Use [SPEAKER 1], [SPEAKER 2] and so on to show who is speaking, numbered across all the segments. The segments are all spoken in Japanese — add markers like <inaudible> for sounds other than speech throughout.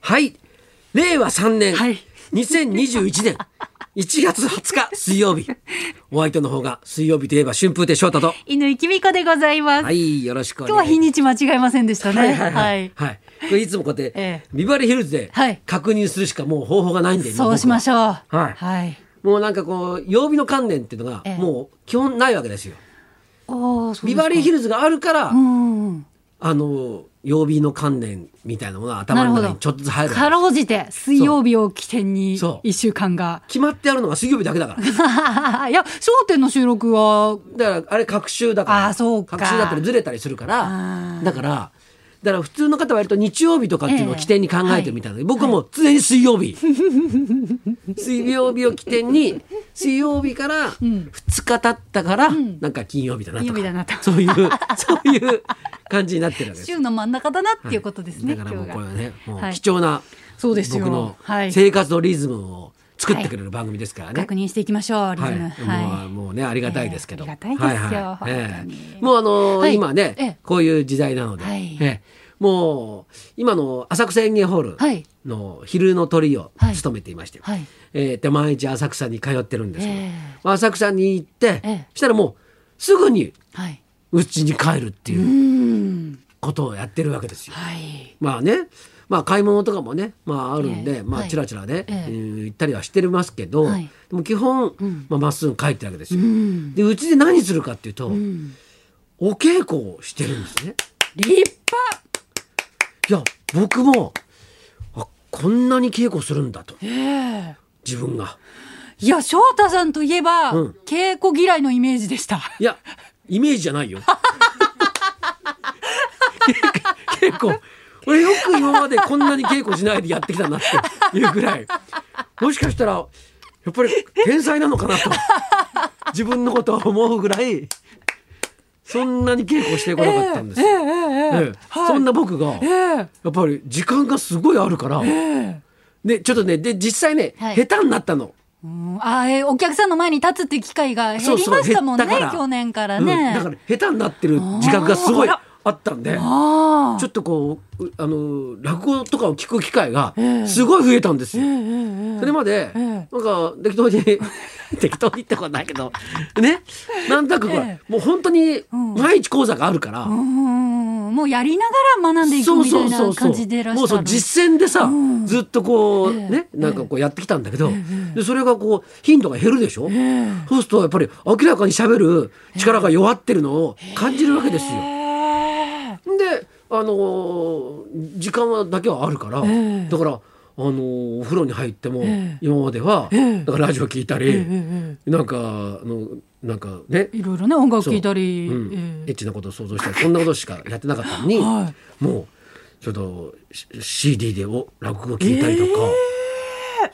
[SPEAKER 1] はい令和3年、
[SPEAKER 2] はい
[SPEAKER 1] 2021年1月20日水曜日お相手の方が水曜日といえば春風亭昇太と
[SPEAKER 2] 犬井美子でございます、
[SPEAKER 1] はいよろしくお
[SPEAKER 2] 今日は
[SPEAKER 1] 願い
[SPEAKER 2] 日
[SPEAKER 1] し
[SPEAKER 2] にち間違えませんでした
[SPEAKER 1] ます
[SPEAKER 2] ね
[SPEAKER 1] はいはいはい、はいこれいつもこうやっ
[SPEAKER 2] え
[SPEAKER 1] て
[SPEAKER 2] え
[SPEAKER 1] ビバリーヒルズで
[SPEAKER 2] はい
[SPEAKER 1] 確認するしかもう方法がないんで
[SPEAKER 2] そうしましょう
[SPEAKER 1] はいょうもうなんかこう曜日の観念っていうのが
[SPEAKER 2] ええ
[SPEAKER 1] もう基本ないわけですよ
[SPEAKER 2] あーそう
[SPEAKER 1] ビバリーヒ
[SPEAKER 2] ル
[SPEAKER 1] ルズがあるから
[SPEAKER 2] うん
[SPEAKER 1] あの曜日の観念みたいなものが頭の中にちょっとずつ入る
[SPEAKER 2] かろうじて水曜日を起点に
[SPEAKER 1] そう
[SPEAKER 2] 一週間が <laughs>
[SPEAKER 1] 決まってあるのが水曜日だけだから
[SPEAKER 2] いや『笑点』の収録は
[SPEAKER 1] だからあれ隔週だから
[SPEAKER 2] あーそうか
[SPEAKER 1] 隔週だったらずれたりするから
[SPEAKER 2] あー
[SPEAKER 1] だからだから普通の方は割と日曜日とかっていうのを
[SPEAKER 2] ええ
[SPEAKER 1] 起点に考えてるみたいなので、僕も常に水曜日、水曜日を起点に水曜日から2日経ったから、なんか金曜日だなと
[SPEAKER 2] 金曜
[SPEAKER 1] か
[SPEAKER 2] 日だなと
[SPEAKER 1] そういうそういう感じになってるわけです
[SPEAKER 2] <laughs> 週。の真ん中だなっていうことですね、
[SPEAKER 1] だからも
[SPEAKER 2] 今
[SPEAKER 1] う
[SPEAKER 2] 日が
[SPEAKER 1] これはねもう
[SPEAKER 2] はい
[SPEAKER 1] 貴重な、
[SPEAKER 2] そうですよ
[SPEAKER 1] 僕の
[SPEAKER 2] はい
[SPEAKER 1] 生活のリズムを作ってくれる番組ですからね。
[SPEAKER 2] 確認していきましょうリズ
[SPEAKER 1] はい、も
[SPEAKER 2] ム
[SPEAKER 1] うもうねありがたいですけど、
[SPEAKER 2] ええありがたいですよ
[SPEAKER 1] はいはいえ
[SPEAKER 2] 本当に
[SPEAKER 1] えもうあのー
[SPEAKER 2] はい
[SPEAKER 1] 今ね、
[SPEAKER 2] ええ
[SPEAKER 1] こういう時代なので、
[SPEAKER 2] はい
[SPEAKER 1] ええもう今の浅草園芸ホール
[SPEAKER 2] はい
[SPEAKER 1] の昼の鳥を
[SPEAKER 2] はい
[SPEAKER 1] 務めていまして、
[SPEAKER 2] はい
[SPEAKER 1] ええで毎日浅草に通ってるんですけど、
[SPEAKER 2] ええ
[SPEAKER 1] まあ浅草に行って、
[SPEAKER 2] ええ
[SPEAKER 1] したらもうすぐに
[SPEAKER 2] はい、
[SPEAKER 1] うちに帰るって
[SPEAKER 2] う
[SPEAKER 1] いうんことをやってるわけですよ。
[SPEAKER 2] はい
[SPEAKER 1] まあね、まあ買い物とかもね、まああるんで、
[SPEAKER 2] ええ
[SPEAKER 1] まあ
[SPEAKER 2] はい
[SPEAKER 1] ちらちらね、
[SPEAKER 2] ええ
[SPEAKER 1] うん行ったりはしてますけど、
[SPEAKER 2] はい
[SPEAKER 1] でも基本、
[SPEAKER 2] ん
[SPEAKER 1] まあまっすぐ帰ってるわけですよ。
[SPEAKER 2] うん
[SPEAKER 1] でうちで何するかっていうと、
[SPEAKER 2] うん
[SPEAKER 1] お稽古をしてるんですね。
[SPEAKER 2] 立派
[SPEAKER 1] いや僕もあこんなに稽古するんだと
[SPEAKER 2] ええ
[SPEAKER 1] 自分が。
[SPEAKER 2] いや翔太さんといえば、
[SPEAKER 1] うん
[SPEAKER 2] 稽古嫌いのイメージで
[SPEAKER 1] <laughs>
[SPEAKER 2] した
[SPEAKER 1] いやイメージじゃないよ。 <laughs> 稽古稽古俺よく今までこんなに稽古しないでやってきたなっていうぐらいもしかしたらやっぱり天才なのかなと自分のことを思うぐらいそんなに稽古してこなかったんですよ。
[SPEAKER 2] ええええ
[SPEAKER 1] ええそんな僕が、
[SPEAKER 2] ええ
[SPEAKER 1] やっぱり時間がすごいあるから、
[SPEAKER 2] ええ
[SPEAKER 1] ね、ちょっとね、で、実際ね、
[SPEAKER 2] はい
[SPEAKER 1] 下手になったの。
[SPEAKER 2] うんあーえーお客さんの前に立つっていう機会が減りましたもんね
[SPEAKER 1] そうそう減ったから
[SPEAKER 2] 去年から
[SPEAKER 1] うん
[SPEAKER 2] ね、
[SPEAKER 1] だから、下手になってる自覚がすごい
[SPEAKER 2] あー
[SPEAKER 1] あったんで、
[SPEAKER 2] ああ
[SPEAKER 1] ちょっとこう、うあの、落語とかを聞く機会が
[SPEAKER 2] え、え
[SPEAKER 1] すごい増えたんですよ。
[SPEAKER 2] ええええ
[SPEAKER 1] それまで、
[SPEAKER 2] ええ
[SPEAKER 1] なんか、適当に、 <laughs> 適当にってことはないけど、ね、なんとなくほら、
[SPEAKER 2] え
[SPEAKER 1] もう本当に、
[SPEAKER 2] ん
[SPEAKER 1] 毎日講座があるから、
[SPEAKER 2] うんもうやりながら学んでいくみたいな感じでいらっし
[SPEAKER 1] もう
[SPEAKER 2] ゃ
[SPEAKER 1] そう
[SPEAKER 2] る
[SPEAKER 1] 実践でさ、
[SPEAKER 2] ん
[SPEAKER 1] ずっとこう
[SPEAKER 2] ええ
[SPEAKER 1] ね、なんかこうやってきたんだけど、でそれがこう頻度が減るでしょ、
[SPEAKER 2] え
[SPEAKER 1] そうするとやっぱり明らかに喋る力が弱ってるのを感じるわけですよ。
[SPEAKER 2] え
[SPEAKER 1] であのー時間はだけはあるから、
[SPEAKER 2] ええ
[SPEAKER 1] だからあのーお風呂に入っても、
[SPEAKER 2] ええ
[SPEAKER 1] 今までは、
[SPEAKER 2] ええ
[SPEAKER 1] だからラジオ聞いたり、
[SPEAKER 2] ええ
[SPEAKER 1] なんかあのなんかね
[SPEAKER 2] えいろいろね音楽聴いたり、
[SPEAKER 1] うんエ
[SPEAKER 2] え
[SPEAKER 1] ッチなことを想像したりそんなことしかやってなかったのに、
[SPEAKER 2] は
[SPEAKER 1] もうちょっとし CD でお落語聞いたりとか、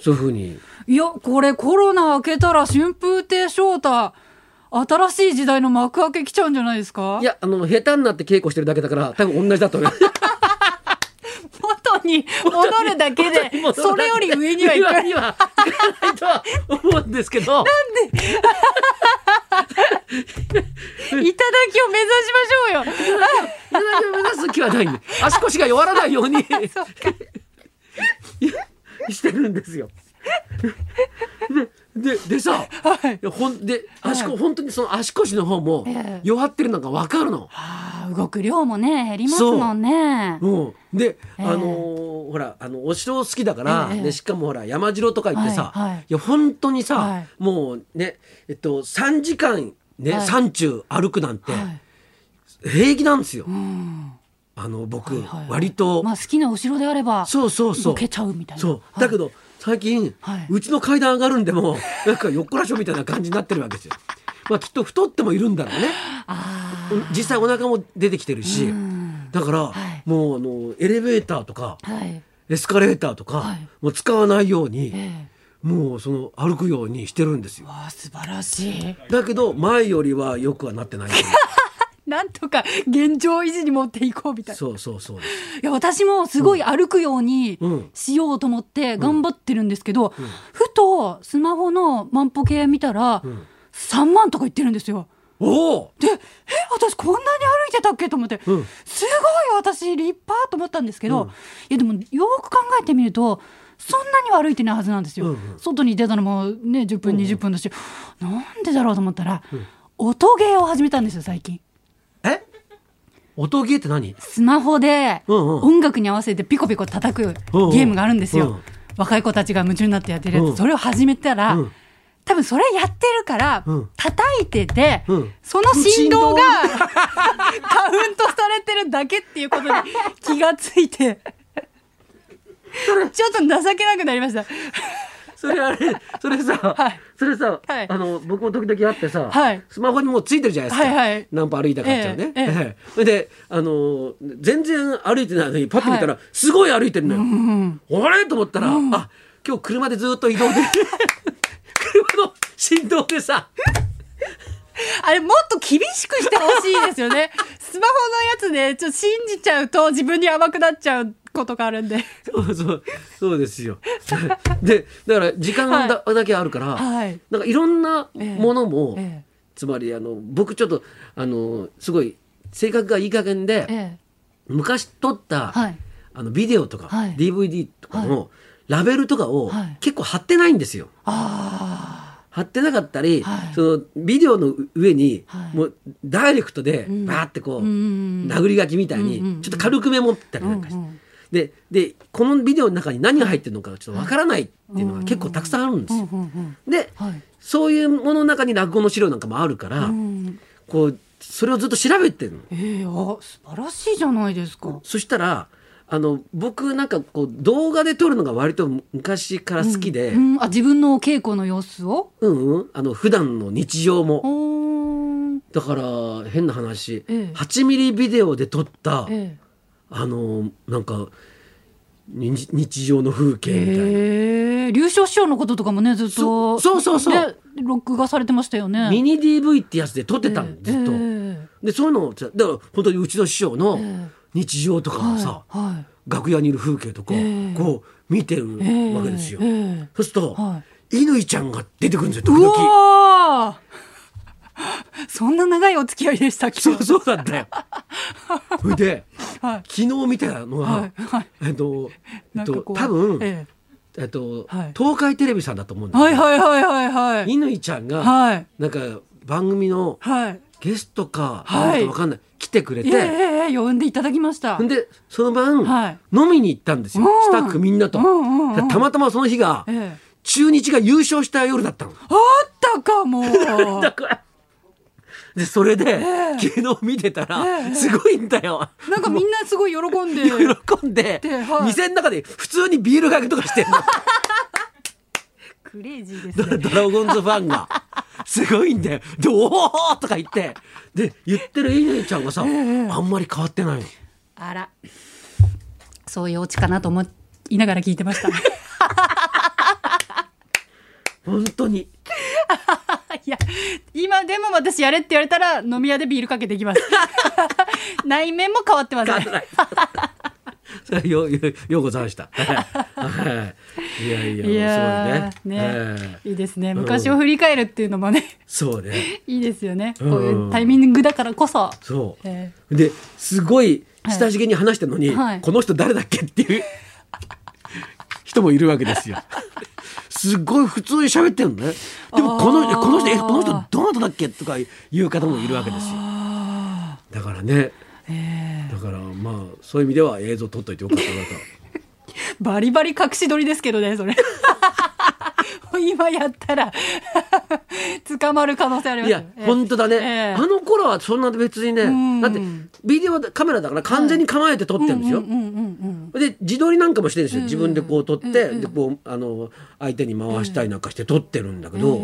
[SPEAKER 1] そういうふうに
[SPEAKER 2] えいやこれコロナ明けたら春風亭昇太新しい時代の幕開け来ちゃうんじゃないですか
[SPEAKER 1] いやあの下手になって稽古してるだけだから多分同じだと思います
[SPEAKER 2] 元に戻るだけでそれより上にはいか
[SPEAKER 1] 上
[SPEAKER 2] ない
[SPEAKER 1] にはいかないとは思うんですけど
[SPEAKER 2] 頂きを目指しましょうよ
[SPEAKER 1] 上を目指す気はないんで足腰が弱らないようにしてるんですよ。でででさ、
[SPEAKER 2] はい
[SPEAKER 1] ほんで足こ、本当にその足腰の方も
[SPEAKER 2] ええ
[SPEAKER 1] 弱ってるのが分かるの。
[SPEAKER 2] あー動く量もね減りますもんね
[SPEAKER 1] うん、で、あ
[SPEAKER 2] ええ
[SPEAKER 1] のーほらあのお城好きだから、
[SPEAKER 2] ええ
[SPEAKER 1] でしかもほら山城とか行ってさ、
[SPEAKER 2] はいはい
[SPEAKER 1] いや本当にさ、
[SPEAKER 2] はい
[SPEAKER 1] もうねえっと3時間ね、
[SPEAKER 2] はい
[SPEAKER 1] 山中歩くなんて
[SPEAKER 2] はい
[SPEAKER 1] 平気なんですよ、
[SPEAKER 2] うん
[SPEAKER 1] あの僕、
[SPEAKER 2] はいはいはい
[SPEAKER 1] 割と、
[SPEAKER 2] まあ好きなお城であれば
[SPEAKER 1] そうそうそう
[SPEAKER 2] 動けちゃうみたいな
[SPEAKER 1] そう
[SPEAKER 2] はい
[SPEAKER 1] だけど、最近、
[SPEAKER 2] はいう
[SPEAKER 1] ちの階段上がるんでもなんか横らしょみたいな感じになってるわけですよ。まあきっと太ってもいるんだろうね
[SPEAKER 2] あ
[SPEAKER 1] 実際お腹も出てきてるし、
[SPEAKER 2] ーうん
[SPEAKER 1] だから、
[SPEAKER 2] はい
[SPEAKER 1] もうあのエレベーターとか
[SPEAKER 2] はい
[SPEAKER 1] エスカレーターとか、
[SPEAKER 2] はい
[SPEAKER 1] もう使わないように、
[SPEAKER 2] ええ
[SPEAKER 1] もうその歩くようにしてるんですよ
[SPEAKER 2] わあ素晴らしい
[SPEAKER 1] だけど前よりは良くはな
[SPEAKER 2] <laughs>
[SPEAKER 1] ってない
[SPEAKER 2] なんとか現状維持に持っていこうみたいな
[SPEAKER 1] そうそうそうです
[SPEAKER 2] いや私もすごい歩くように
[SPEAKER 1] うん
[SPEAKER 2] しようと思って頑張ってるんですけど、ふとスマホの万歩計見たら、
[SPEAKER 1] ん
[SPEAKER 2] 3万とか言ってるんですよ。
[SPEAKER 1] おおお
[SPEAKER 2] でえ私こんなに歩いてたっけと思って、
[SPEAKER 1] うん
[SPEAKER 2] すごい私立派と思ったんですけど、
[SPEAKER 1] うん
[SPEAKER 2] いやでもよーく考えてみるとそんなには歩いてないはずなんですよ、
[SPEAKER 1] うんうん
[SPEAKER 2] 外に出たのもね10分
[SPEAKER 1] うんうん
[SPEAKER 2] 20分だし、なんでだろうと思ったら、音ゲーを始めたんですよ最近
[SPEAKER 1] え音ゲーって何
[SPEAKER 2] スマホで
[SPEAKER 1] うんうん
[SPEAKER 2] 音楽に合わせてピコピコ叩く
[SPEAKER 1] うんうん
[SPEAKER 2] ゲームがあるんですよ、
[SPEAKER 1] うん
[SPEAKER 2] 若い子たちが夢中になってやってるやつ、
[SPEAKER 1] うん
[SPEAKER 2] それを始めたら、
[SPEAKER 1] うん
[SPEAKER 2] 多分それやってるから、
[SPEAKER 1] うん
[SPEAKER 2] 叩いてて、
[SPEAKER 1] うん
[SPEAKER 2] その振動が <laughs> カウントされてるだけっていう
[SPEAKER 1] <laughs>
[SPEAKER 2] ことに気がついてちょっと情けなくなりました
[SPEAKER 1] それあ
[SPEAKER 2] <laughs>
[SPEAKER 1] れそれさ、
[SPEAKER 2] はい
[SPEAKER 1] それさ、
[SPEAKER 2] はい
[SPEAKER 1] あの僕も時々会ってさ、
[SPEAKER 2] はい
[SPEAKER 1] スマホにもうついてるじゃないですか、
[SPEAKER 2] はいはい
[SPEAKER 1] 何歩歩いたかっちゃうね、
[SPEAKER 2] ええええ
[SPEAKER 1] ええそれ <laughs> であのー全然歩いてないのにパッと見たら、すごい歩いてるのよ、あれと思ったら、あ今日車でずっと移動
[SPEAKER 2] <laughs>
[SPEAKER 1] で車の振動でさ
[SPEAKER 2] あれもっと厳しくしてほしいですよ
[SPEAKER 1] <laughs>
[SPEAKER 2] ねスマホのやつでちょっと信じちゃうと自分に甘くなっちゃうことがあるんで
[SPEAKER 1] そうそうそうですよ <laughs> でだから時間だ,、だけあるから、
[SPEAKER 2] はい
[SPEAKER 1] なんかいろんなものも、
[SPEAKER 2] ええええ
[SPEAKER 1] つまりあの僕ちょっとあのすごい性格がいい加減で、
[SPEAKER 2] え
[SPEAKER 1] 昔撮った、
[SPEAKER 2] はい
[SPEAKER 1] あのビデオとか、
[SPEAKER 2] はい
[SPEAKER 1] DVD とかのラベルとかを
[SPEAKER 2] はい
[SPEAKER 1] 結構貼ってないんですよ。
[SPEAKER 2] あ
[SPEAKER 1] 貼ってなかったり、
[SPEAKER 2] はい
[SPEAKER 1] そのビデオの上に、
[SPEAKER 2] はい
[SPEAKER 1] もうダイレクトで
[SPEAKER 2] うん
[SPEAKER 1] バーってこう、
[SPEAKER 2] うんうんうん
[SPEAKER 1] 殴り書きみたいに、
[SPEAKER 2] うんうんうん
[SPEAKER 1] ちょっと軽くメモったりなんかして、
[SPEAKER 2] うんうん
[SPEAKER 1] ででこのビデオの中に何が入ってるのかちょっとわからないっていうのが結構たくさんあるんです
[SPEAKER 2] あ、う
[SPEAKER 1] よ。
[SPEAKER 2] んうんうん、
[SPEAKER 1] で
[SPEAKER 2] はい、
[SPEAKER 1] そういうものの中に落語の資料なんかもあるから、
[SPEAKER 2] うん、
[SPEAKER 1] こうそれをずっと調べてるの。
[SPEAKER 2] ええあ素晴らしいじゃないですか、
[SPEAKER 1] そしたらあの僕なんかこう動画で撮るのが割と昔から好きで、う
[SPEAKER 2] うんん、あ自分の稽古の様子を
[SPEAKER 1] うん、あの普段の日常も
[SPEAKER 2] おー
[SPEAKER 1] だから変な話、
[SPEAKER 2] ええ
[SPEAKER 1] 8ミリビデオで撮った、
[SPEAKER 2] え
[SPEAKER 1] あのなんか日日常の風
[SPEAKER 2] え
[SPEAKER 1] 景みたいな、
[SPEAKER 2] ええ流暢師匠のこととかもねずっ
[SPEAKER 1] そ
[SPEAKER 2] と
[SPEAKER 1] そうそうそう
[SPEAKER 2] ね録画されてましたよね
[SPEAKER 1] ミニ DV ってやつで撮ってたの、
[SPEAKER 2] ええ
[SPEAKER 1] ずっと、
[SPEAKER 2] え
[SPEAKER 1] でそういうのをさだから本当にうちの師匠の
[SPEAKER 2] ええ
[SPEAKER 1] 日常と
[SPEAKER 2] え
[SPEAKER 1] かを
[SPEAKER 2] はい
[SPEAKER 1] さ、
[SPEAKER 2] はい
[SPEAKER 1] 楽屋にいる風景とか、
[SPEAKER 2] ええ
[SPEAKER 1] こう見てる
[SPEAKER 2] ええ
[SPEAKER 1] わけですよ、
[SPEAKER 2] ええ
[SPEAKER 1] そうすると、
[SPEAKER 2] は
[SPEAKER 1] 乾ちゃんが出てくるんですよ時
[SPEAKER 2] う
[SPEAKER 1] 々。
[SPEAKER 2] わーそんな長いお付き合いでしたっけ
[SPEAKER 1] そうそうだったよ。 <laughs> それで
[SPEAKER 2] はい
[SPEAKER 1] 昨日見たのは、
[SPEAKER 2] はいはい
[SPEAKER 1] えっとえ
[SPEAKER 2] な
[SPEAKER 1] っ
[SPEAKER 2] んか
[SPEAKER 1] と
[SPEAKER 2] こう
[SPEAKER 1] 多分、え
[SPEAKER 2] え
[SPEAKER 1] っと
[SPEAKER 2] はい
[SPEAKER 1] 東海テレビさんだと思うん
[SPEAKER 2] え
[SPEAKER 1] だ
[SPEAKER 2] はい
[SPEAKER 1] けど、
[SPEAKER 2] はいはいはいはい
[SPEAKER 1] 乾ちゃんが、
[SPEAKER 2] はい
[SPEAKER 1] なんか番組の
[SPEAKER 2] はい
[SPEAKER 1] ゲストか、
[SPEAKER 2] は
[SPEAKER 1] な
[SPEAKER 2] い
[SPEAKER 1] んかわかんない来てくれ
[SPEAKER 2] ええ
[SPEAKER 1] て、
[SPEAKER 2] ええ呼んでいただきました
[SPEAKER 1] んでその晩、
[SPEAKER 2] はい
[SPEAKER 1] 飲みに行ったんですよ。
[SPEAKER 2] うん
[SPEAKER 1] スタッフみんなと。
[SPEAKER 2] うんうんうん
[SPEAKER 1] たまたまその日が、
[SPEAKER 2] ええ
[SPEAKER 1] 中日が優勝した夜だったの。
[SPEAKER 2] あった
[SPEAKER 1] <laughs>
[SPEAKER 2] かも
[SPEAKER 1] だからでそれで、
[SPEAKER 2] ええ
[SPEAKER 1] 昨日見てたら、
[SPEAKER 2] ええ
[SPEAKER 1] すごいんだよ。
[SPEAKER 2] なんかみんなすごい喜んで
[SPEAKER 1] 喜んで
[SPEAKER 2] ではい
[SPEAKER 1] 店の中で普通にビールかけとかしてん
[SPEAKER 2] <laughs>
[SPEAKER 1] の
[SPEAKER 2] クレイジーです
[SPEAKER 1] ドドラゴンズファンがすごいんだよで「おお!」とか言ってで言ってる乾ちゃんがさ、あんまり変わってないの
[SPEAKER 2] あら、そういうオチかなと思いながら <laughs> 聞いてました。
[SPEAKER 1] 本当に
[SPEAKER 2] いや、今でも私やれって言われたら飲み屋でビールかけてい
[SPEAKER 1] <laughs>
[SPEAKER 2] きます。内面も変わってま
[SPEAKER 1] 変わって
[SPEAKER 2] せん。
[SPEAKER 1] ないそれはよよようございました、 <laughs> はい、いやいや
[SPEAKER 2] いや
[SPEAKER 1] すご
[SPEAKER 2] ー
[SPEAKER 1] いね
[SPEAKER 2] ね
[SPEAKER 1] ええ
[SPEAKER 2] いいですね。昔を振り返るっていうのもね、 <laughs>
[SPEAKER 1] そうね
[SPEAKER 2] いいですよね。こ
[SPEAKER 1] うん
[SPEAKER 2] ういうタイミングだからこそ。
[SPEAKER 1] そう、
[SPEAKER 2] え
[SPEAKER 1] ですごい親しげに話したのに、
[SPEAKER 2] はい
[SPEAKER 1] この人誰だっけっていう人もいるわけですよ。すごい普通に喋ってるのね。でもこの
[SPEAKER 2] あー
[SPEAKER 1] えこの人えこの人どなただっけとかいう方もいるわけですよ。だからね。だからまあそういう意味では映像撮っといてよかった
[SPEAKER 2] <laughs>
[SPEAKER 1] なと。
[SPEAKER 2] バリバリ隠し撮りですけどね、それ。 <laughs> 今やったら <laughs> 捕まる可能性ありま
[SPEAKER 1] い
[SPEAKER 2] すよ
[SPEAKER 1] や、本当だね、
[SPEAKER 2] ええ
[SPEAKER 1] あの頃はそんな別にね、
[SPEAKER 2] ん
[SPEAKER 1] だってビデオだカメラだから完全に構えて撮ってるんですよ。で自撮りなんかもしてるんですよ、自分でこう撮って、でこうあの相手に回したりなんかして撮ってるんだけど、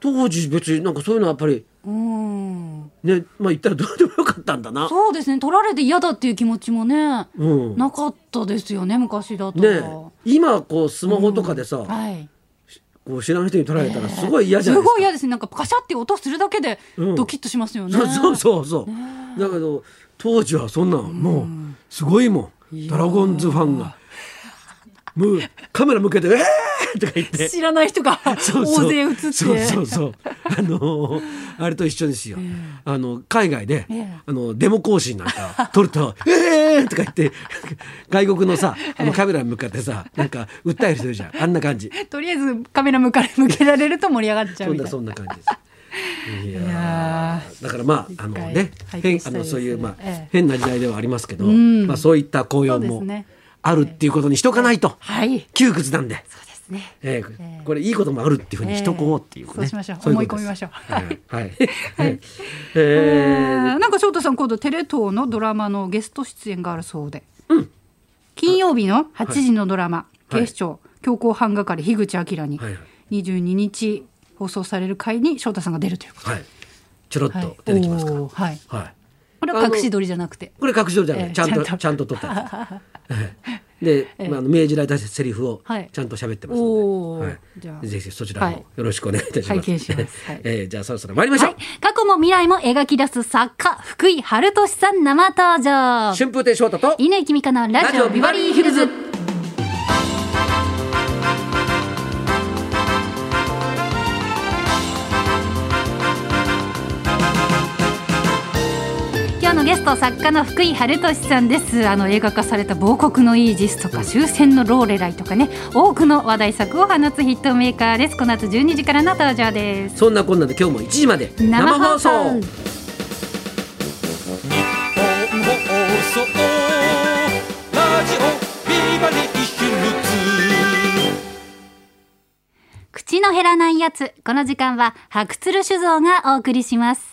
[SPEAKER 1] 当時別になんかそういうのはやっぱり
[SPEAKER 2] うん
[SPEAKER 1] ねまあ言ったらどうでもよかったんだな。
[SPEAKER 2] そうですね取られて嫌だっていう気持ちもね、
[SPEAKER 1] うん
[SPEAKER 2] なかったですよね昔だと
[SPEAKER 1] ねえ今こうスマホとかでさ、
[SPEAKER 2] はい
[SPEAKER 1] こう知らない人に撮られたらすごい嫌じゃ
[SPEAKER 2] す
[SPEAKER 1] ないですか
[SPEAKER 2] ごい。嫌ですねなんかカシャって音するだけで
[SPEAKER 1] うん
[SPEAKER 2] ドキッとしますよね、
[SPEAKER 1] そうそうそうそう、だけど当時はそんなんもうすごいもん、ドラゴンズファンがもうカメラ向けて「えー!」とか言って
[SPEAKER 2] 知らない人が
[SPEAKER 1] <laughs> そうそう
[SPEAKER 2] 大勢映って
[SPEAKER 1] そうそうそうあのーあれと一緒ですよ、あの海外で、
[SPEAKER 2] ええ
[SPEAKER 1] あのデモ行進なんか撮ると <laughs> 「ええー!」とか言って外国のさあのカメラに向かってさなんか訴える人いるじゃんあんな感じ
[SPEAKER 2] とりあえずカメラ向かれ向けられると盛り上がっちゃ
[SPEAKER 1] そ
[SPEAKER 2] うんみた
[SPEAKER 1] ない
[SPEAKER 2] な
[SPEAKER 1] そんな感じですいや
[SPEAKER 2] いや
[SPEAKER 1] ーだからまああのね
[SPEAKER 2] 一回拝見
[SPEAKER 1] 変
[SPEAKER 2] した
[SPEAKER 1] あ
[SPEAKER 2] いで
[SPEAKER 1] の
[SPEAKER 2] す
[SPEAKER 1] そういうまあ、
[SPEAKER 2] ええ
[SPEAKER 1] 変な時代ではありますけど、
[SPEAKER 2] ん
[SPEAKER 1] まあ、そういった紅葉
[SPEAKER 2] そうです
[SPEAKER 1] も
[SPEAKER 2] ね
[SPEAKER 1] あるっていうことにしとかないと、
[SPEAKER 2] はい
[SPEAKER 1] 窮屈なんで。
[SPEAKER 2] そうですね
[SPEAKER 1] えー
[SPEAKER 2] えー
[SPEAKER 1] これいいこともあるっていうふうにしとこうっていうね、
[SPEAKER 2] えーそうしましょう
[SPEAKER 1] いこと
[SPEAKER 2] 思い込
[SPEAKER 1] です
[SPEAKER 2] みましょう
[SPEAKER 1] はい
[SPEAKER 2] <laughs>
[SPEAKER 1] はい、え
[SPEAKER 2] え
[SPEAKER 1] ー
[SPEAKER 2] ーなんか翔太さん今度テレ東のドラマのゲスト出演があるそうで、金曜日の8時のドラマ「
[SPEAKER 1] はい
[SPEAKER 2] 警視庁強行犯係樋口明」に
[SPEAKER 1] はいは
[SPEAKER 2] 22日放送される回に翔太さんが出るということ
[SPEAKER 1] はい、ちょろっ
[SPEAKER 2] はい
[SPEAKER 1] と出てきますから、
[SPEAKER 2] おーはい
[SPEAKER 1] はい、
[SPEAKER 2] これは隠し撮りじゃなくて
[SPEAKER 1] これ確証じゃない、
[SPEAKER 2] ええ
[SPEAKER 1] ちゃんと
[SPEAKER 2] ちゃんと
[SPEAKER 1] ちゃんと取ったやつ
[SPEAKER 2] <laughs>
[SPEAKER 1] ええで、まあ、あの命じられたセリフを
[SPEAKER 2] はい
[SPEAKER 1] ちゃんと喋ってますので、
[SPEAKER 2] おー
[SPEAKER 1] はい
[SPEAKER 2] じゃあ
[SPEAKER 1] ぜひそちら
[SPEAKER 2] は
[SPEAKER 1] も
[SPEAKER 2] い
[SPEAKER 1] よろしくお願いいたします。
[SPEAKER 2] 拝見しますはい
[SPEAKER 1] ええじゃあそろそろ参りましょう、
[SPEAKER 2] 過去も未来も描き出す作家福井春俊さん生登場
[SPEAKER 1] 春風亭昇太と
[SPEAKER 2] 稲木美香のラジオビバリーヒルズ今日のゲスト作家の福井春俊さんですあの映画化された「亡国のイージス」とか「終戦のローレライ」とかね多くの話題作を放つヒットメーカーですこの後12時からの登場です
[SPEAKER 1] そんなこんなで今日も1時まで
[SPEAKER 2] 生放送
[SPEAKER 3] 本放送ラジオビバリーヒルズ
[SPEAKER 2] 口の減らないやつこの時間は白鶴酒造がお送りします